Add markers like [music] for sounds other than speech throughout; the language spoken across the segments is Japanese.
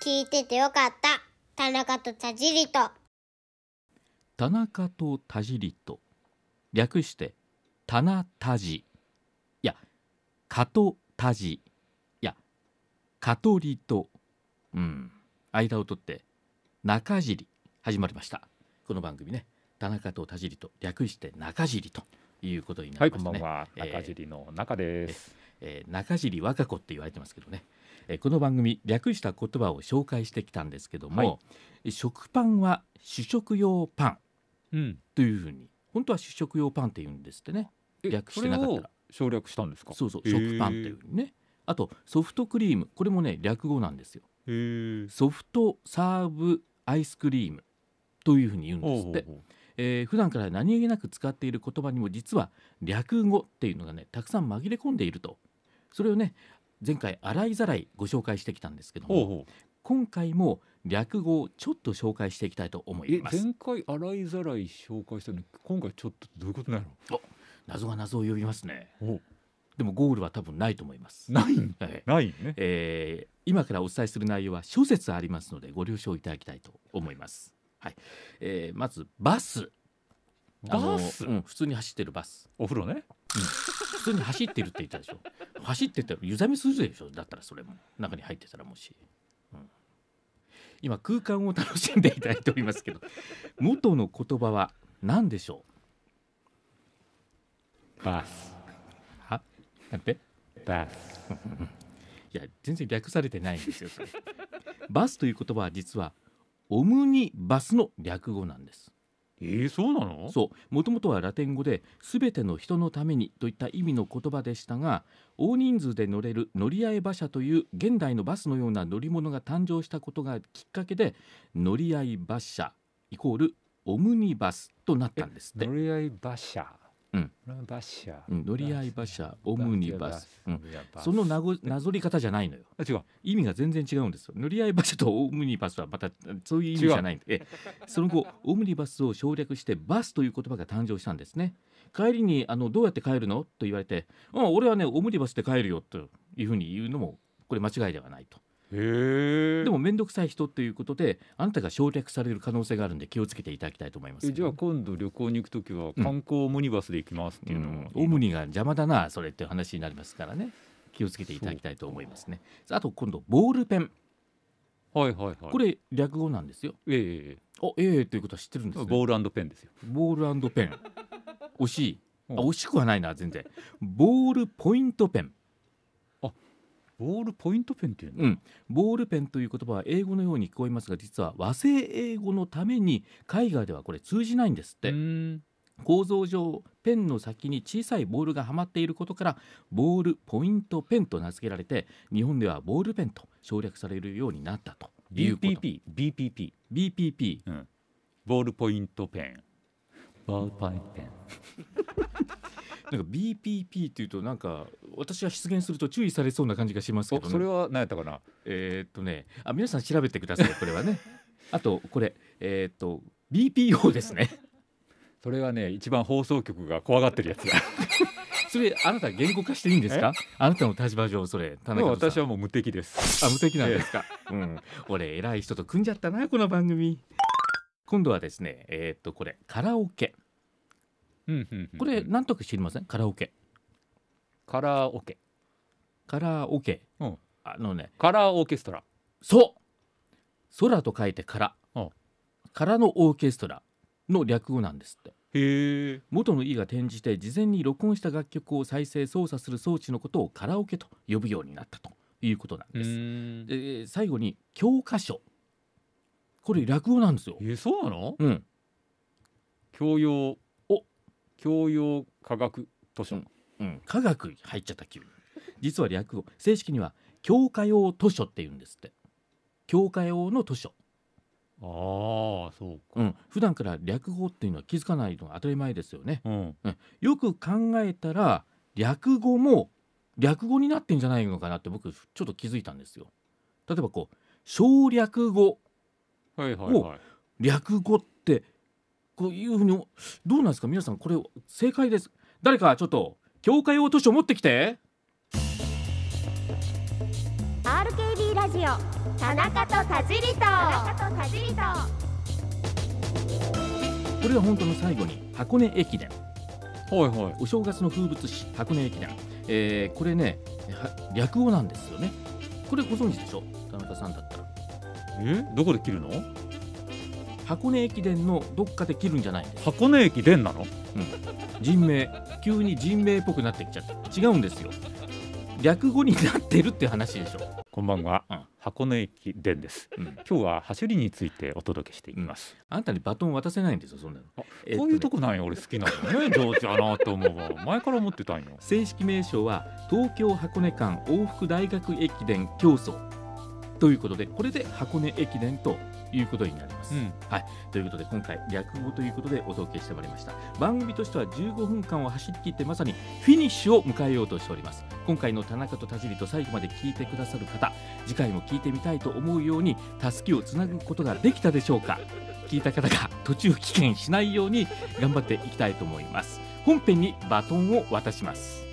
聞いててよかった。田中と田尻と。田中と田尻と略して棚田尻いや加と田尻いや加取とうん間を取って中尻始まりましたこの番組ね田中と田尻と略して中尻ということになはりまい、しこたんばんね、は。えー中尻の中です。えー中尻和歌子って言われてますけどね、えーこの番組略した言葉を紹介してきたんですけども、食パンは主食用パンうん。というふうに本当は主食用パンって言うんですってねえ略してなかったらそれを省略したんですか。そうそうへー食パンっていうふうにねあとソフトクリームこれもね略語なんですよへーソフトサーブアイスクリームというふうに言うんですってほうほうほえー普段から何気なく使っている言葉にも実は略語っていうのがねたくさん紛れ込んでいるとそれをね前回洗いざらいご紹介してきたんですけどうほうもほう今回も略語をちょっと紹介していきたいと思えいます前回洗いざらい紹介したのに今回ちょっとどういうことなの謎が謎を呼びますねおでもゴールは多分ないと思いますないんはいないねえー今からお伝えする内容は諸説ありますのでご了承いただきたいと思います。はいえーまずバスあのバスうん、普通に走ってるバスお風呂ね普通に走ってるって言ったでしょ [laughs] 走ってたら湯冷めするでしょだったらそれも中に入ってたらもし、うん今空間を楽しんでいただいておりますけど [laughs] 元の言葉は何でしょバスうはなんてバスいや全然略されてないんですよそれバスという言葉は実はオムニバスの略語なんですえー、そうなのそうもともとはラテン語で「すべての人のために」といった意味の言葉でしたが大人数で乗れる乗り合い馬車という現代のバスのような乗り物が誕生したことがきっかけで乗り合い馬車イコールオムニバスとなったんですって乗。り合い馬車うん馬車うん乗り合い馬車オムニバスうん乗り合いバスそのなごなぞり方じゃないのよあ違う意味が全然違うんですよ乗り合い馬車とオムニバスはまたそういう意味じゃないんでええその後オムニバスを省略してバスという言葉が誕生したんですね帰りにあのどうやって帰るのと言われて「あ俺はねオムニバスで帰るよ」というふうに言うのもこれ間違いではないとへえでも面倒くさい人ということであなたが省略される可能性があるんで気をつけていただきたいと思いますえじゃあ今度旅行に行くときは観光オムニバスで行きますっていうのもいいのオムニが邪魔だなそれっていう話になりますからね気をつけていただきたいと思いますねあと今度ボールペンはいはいはいこれ略語なんですよええええおええということは知ってるんですねボールペンですよボールペン惜しいあうん惜しくはないな全然ボールポイントペンボールポイントペンっていうのうんボールペンという言葉は英語のように聞こえますが実は和製英語のために海外ではこれ通じないんですっうてーん構造上ペンの先に小さいボールがはまっていることからボールポイントペンと名付けられて日本ではボールペンと省略されるようになったということ BPP BPP BPP ボールポイントペンボールポイントペンなんか BPP っていうとなんか私は出現すると注意されそうな感じがしますけど、ね、おそれは何やったかなえーっとね、あ皆さん調べてくださいこれはね。 [laughs] あとこれえーっと BPO ですね。 [laughs] それはね一番放送局が怖がってるやつだ [laughs] それあなた言語化していいんですか？あなたの立場上それ田でも中さん。私はもう無敵ですあ無敵なんですか。 [laughs] うん。俺偉い人と組んじゃったなこの番組。今度はですねえーっとこれカラオケうんうんうんこれなんとか知りませんカラオケカラーオケカラオケ、うんあのねカラーオーケストラそう空と書いて空うん空のオーケストラの略語なんですって。へえ元の E が転じて事前に録音した楽曲を再生操作する装置のことをカラオケと呼ぶようになったということなんです、んえで最後に教科書これ落語なんですよ、そうなのうん、教養お教養科学図書、うんうん、科学入っちゃった急に実は略語正式には教科用図書って言うんですって教科用の図書、ああそうかうん、普段から略語っていうのは気づかないのが当たり前ですよねうんよく考えたら略語も略語になってんじゃないのかなって僕ちょっと気づいたんですよ。例えばこう省略語はいはいはい略語ってこういうふうにどうなんですか皆さんこれ正解です。誰かちょっと教科用図書持ってきて。 RKB ーラジオ田中と田尻と田中と田尻とこれは本当の最後に箱根駅伝はいはいお正月の風物詩箱根駅伝、えーこれねは略語なんですよねこれご存知でしょ田中さんだったらえどこで切るの箱根駅伝のどっかで切るんじゃないんです箱根駅伝なの人名急に人名っぽくなってきちゃって違うんですよ略語になってるって話でしょこんばんは、うん箱根駅伝ですうん今日は走りについてお届けしていきます、あんたにバトン渡せないんですよそんなのあえっことうねいうとこなんよ俺好きなの [laughs] ね上手やなと思うわ前から思ってたんよ正式名称は東京箱根間往復大学駅伝競争ということでこれで箱根駅伝ということになります、うんはい、ということで今回略語ということでお届けしてまいりました番組としては15分間を走り切ってまさにフィニッシュを迎えようとしております今回の田中と田尻と最後まで聞いてくださる方次回も聞いてみたいと思うようにたすきをつなぐことができたでしょうか聞いた方が途中棄権しないように頑張っていきたいと思います本編にバトンを渡します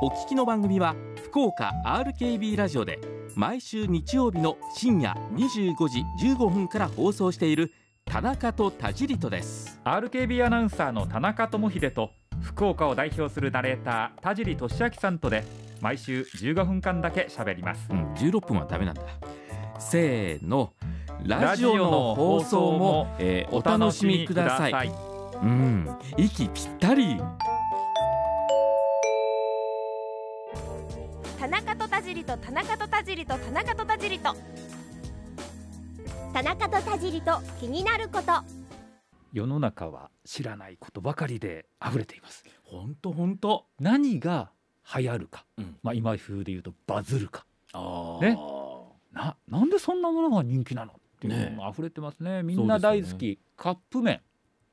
お聞きの番組は福岡 RKB ラジオで毎週日曜日の深夜25時15分から放送している田中と田尻とです RKB アナウンサーの田中智秀と福岡を代表するナレーター田尻俊明さんとで毎週15分間だけ喋りますうん、16分はダメなんだせーのラジオの放送も、えーお楽しみくださいうん、息ぴったり田中と田尻と田中と田尻と田中と田尻と田中と田尻と気になること世の中は知らないことばかりで溢れていますほんとほんと何が流行るか、うんまあ今風で言うとバズるかあねななんでそんなものが人気なのっていうねのが溢れてますねみんな大好そうき、カップ麺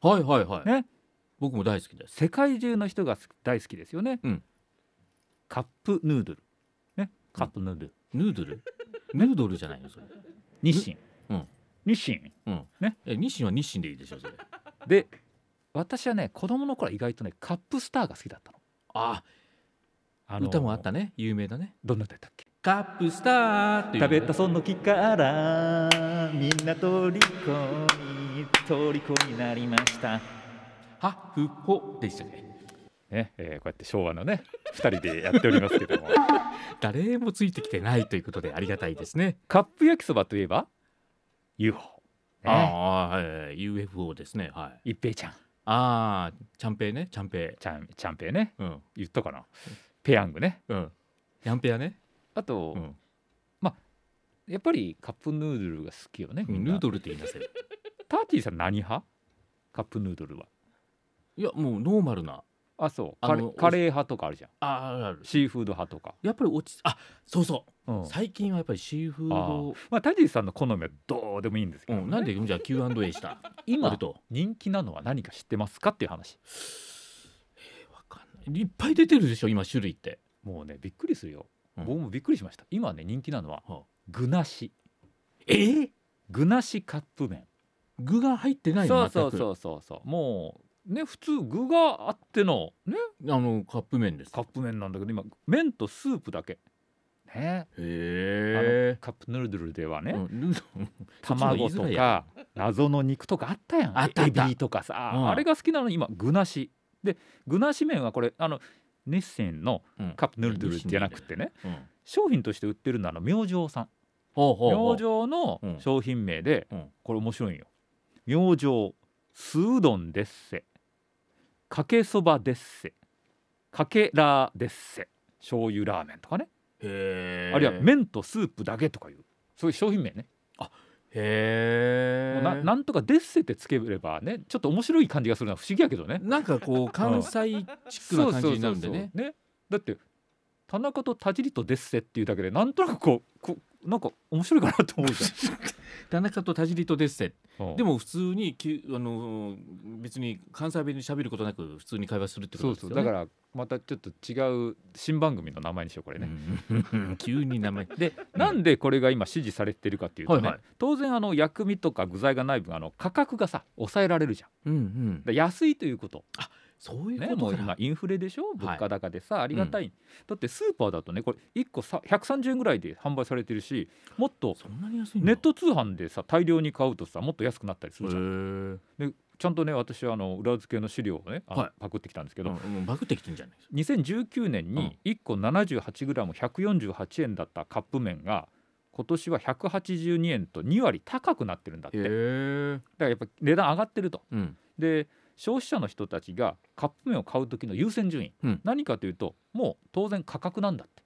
はいはいはい、ね僕も大好きです世界中の人が好き大好きですよね、うんカップヌードルねカップヌードル、ヌード [laughs] ルヌードルじゃないのそれ日清、うん日清え日清は日清でいいでしょそれで私はね子供の頃は意外とねカップスターが好きだったのああの歌もあったね有名だねどんな歌だったっけカップスターっていう、ね、食べたその木からみんな虜に虜になりましたはふほでしたねね、えーこうやって昭和のね2人でやっておりますけ [laughs] ども誰もついてきてないということでありがたいですねカップ焼きそばといえば UFO、ね、ああ、はい、UFO ですね。はい。一平ちゃんああ、チャンペイね、チャンペちゃんちゃんぺいねイ。うん、言ったかなペヤングねうん。ヤンペアね。あと、うん。やっぱりカップヌードルが好きよねみんヌなードルって言いなさい。ターティーさん何派カップヌードルはいや、もうノーマルな。あそうあカレのカレー派とかあるじゃんああ、ある。シーフード派とか、やっぱり落ち、あ、そうそう。うん最近はやっぱりシーフード。まあ、タジさんの好みはどうでもいいんですけうど、ん、なんでじゃあ Q&A [laughs] した。今割と人気なのは何か知ってますかっていう話わかんない。いっぱい出てるでしょ、今種類って。もうねびっくりするよ、うん僕もびっくりしました今ね人気なのは、はあ具なしえー、具なしカップ麺具が入ってないそのうそううそうそうそうもうね普通具があってのねそう。あの、カップ麺です。カップ麺なんだけど今麺とスープだけねへえ。カップヌードルではね、うんヌードル卵とか謎の肉とかあったやんあったあったエビとかさ、うんあれが好きなのに今具なしで具なし麺はこれあの熱戦のうんカップヌードルじゃなくてねうん。商品として売ってるのはあの明星さんほうほうほう。明星のうん商品名で、うんこれ面白いんよ明星酢うどんですせかけそばですせかけラーですせ醤油ラーメンとかね、へえ。あるいは麺とスープだけとかいうそういう商品名ねへもえうななんとかデッセってつければねちょっと面白い感じがするのは不思議やけどね。なんかこう関西チックな感じになるんでね。ねだって田中と田尻とデッセっていうだけでなんとなくこうこうなんか面白いかなと思うじ田中と田尻とデッセ。ゃ [laughs] ん。でも普通にきゅあの別に関西弁で喋ることなく普通に会話するってことそうですそようね。だからまたちょっと違う新番組の名前にしようこれね。うん急に名前でなんでこれが今支持されてるかっていうとね、はいはい当然あの薬味とか具材がない分あの価格がさ抑えられるじゃん。うんうんだから安いということそういうね、こともうか、今インフレでしょ物価高でさ、ありがたい、うだってスーパーだとねこれ1個さ130円ぐらいで販売されてるしもっとそんなに安いんだネット通販でさ大量に買うとさもっと安くなったりするじゃん、へえでちゃんとね私はあの裏付けの資料をね、あのはいパクってきたんですけうど、んうんバグってきてんじゃないですか2019年に1個 78g148 円だったカップ麺が今年は182円と2割高くなってるんだってだかえらやっぱ値段上がってるとうんで消費者の人たちがカップ麺を買う時の優先順位、うん何かというともう当然価格なんだって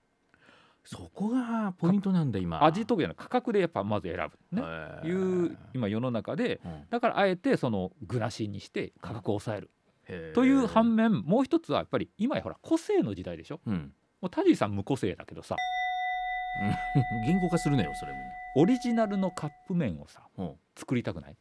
そこがポイントなんだ今味とかじゃない価格でやっぱまず選ぶね、ねいう今世の中でだからあえてその具なしにして価格を抑える、という反面もう一つはやっぱり今やほら個性の時代でしょ面もうタジーさん無個性だけどさ言語化するなよそれもオリジナルのカップ麺をさうんは作りたくない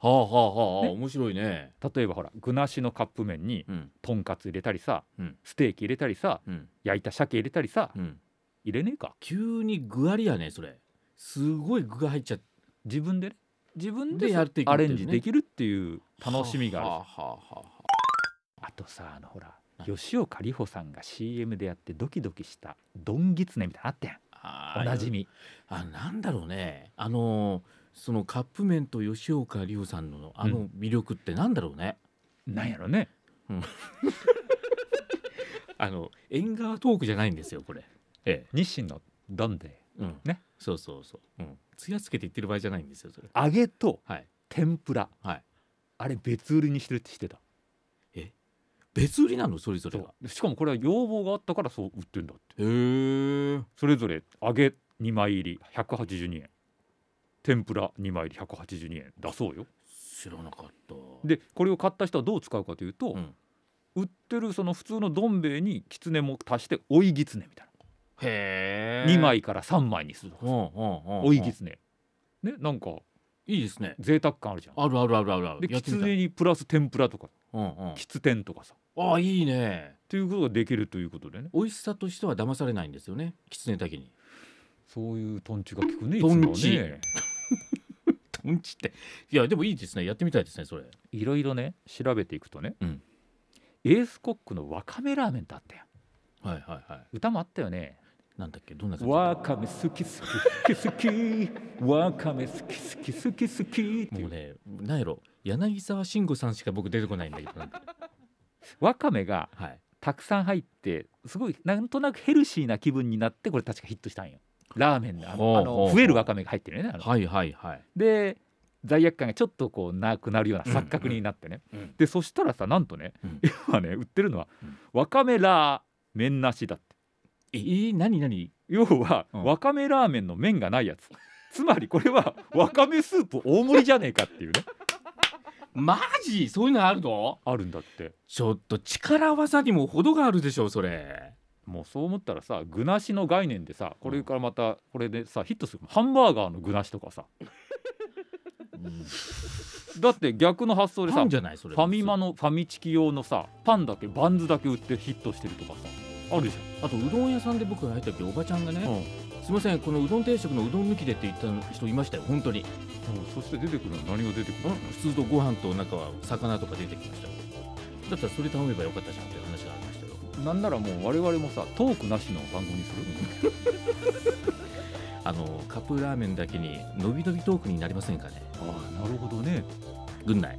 あはあはあね面白いね例えばほら具なしのカップ麺にうんとんかつ入れたりさ、うんステーキ入れたりさうん焼いた鮭入れたりさ、うん入れねえか急に具ありやねそれすごい具が入っちゃって自分でね自分ででやっていくアっていレうねンジできるっていう楽しみがあるはあはあはああとさあのほら何吉岡里帆さんが CM でやってドキドキしたドンギツネみたいなのあったやんあーおなじみあなんだろうねあのーそのカップ麺と吉岡里帆さんのあうの魅力ってなんだろうね、なんやろねあの縁側トークじゃないんですよこれえ日清のドンでえうんねそうそうそううんつやつけて言ってる場合じゃないんですよそれ揚げとはい天ぷらはいあれ別売りにしてるって知ってた別売りなのそれぞれがそうしかもこれは要望があったからそう売ってんだってへえそれぞれ揚げ2枚入り182円天ぷら2枚入り182円だそうよ知らなかったでこれを買った人はどう使うかというと、うん売ってるその普通のどん兵衛にきつねも足して追いぎつねみたいへな、え2枚から3枚にするとかうんうんうんうん追いぎつねねなんかいいですね贅沢感あるじゃんあるあるあるあるあるでやきってつみたいねにプラス天ぷらとかうんうんきつ天とかさっああいいねていうことができるということでね美味しさとしては騙されないんですよね狐だけにそういうトンチが効くねいつトもンチねトンチっていやでもいいですねやってみたいですねそれいろいろね調べていくとね、うんエースコックのわかめラーメンってあったやんはいはいはい歌もあったよねなんだっけどんな感じわかめ好き好き好き好きわかめ好き好き好き好きっていもううねなんやろ柳沢慎吾さんしか僕出てこないんだけど [laughs] なんかわかめがはいたくさん入ってすごいなんとなくヘルシーな気分になってこれ確かヒットしたんよラーメンのあほうのあほうほのう増えるわかめが入ってるよねあのはいはいはいで罪悪感がちょっとこうなくなるようなうん錯覚になってね、うんでそしたらさなんとね、うん今ね売ってるのは、うんわかめラーメンなしだってえー、何何要は、うんわかめラーメンの麺がないやつつまりこれはわかめスープ大盛りじゃねえかっていうねマジそういうのあるのあるんだってちょっと力技にも程があるでしょそれもうそう思ったらさ具なしの概念でさこれからまたこれでさヒットするハンバーガーの具なしとかさだって逆の発想でパさンフじゃないそれァミマのファミチキ用のさパンだけバンズだけ売ってヒットしてるとかさあるじあとうどん屋さんで僕が入った時おばちゃんがゃん、ね、すいませんこのうどん定食のうどん抜きでって言った人いましたよ本当にうんそして出てくるのは何が出てくるの普通とご飯となんかは魚とか出てきましたよだったらそれ頼めばよかったじゃんっていう話がありましたよなんならもう我々もさトークなしの番組にするあのカップラーメンだけにのびのびトークになりませんかねああなるほどね軍内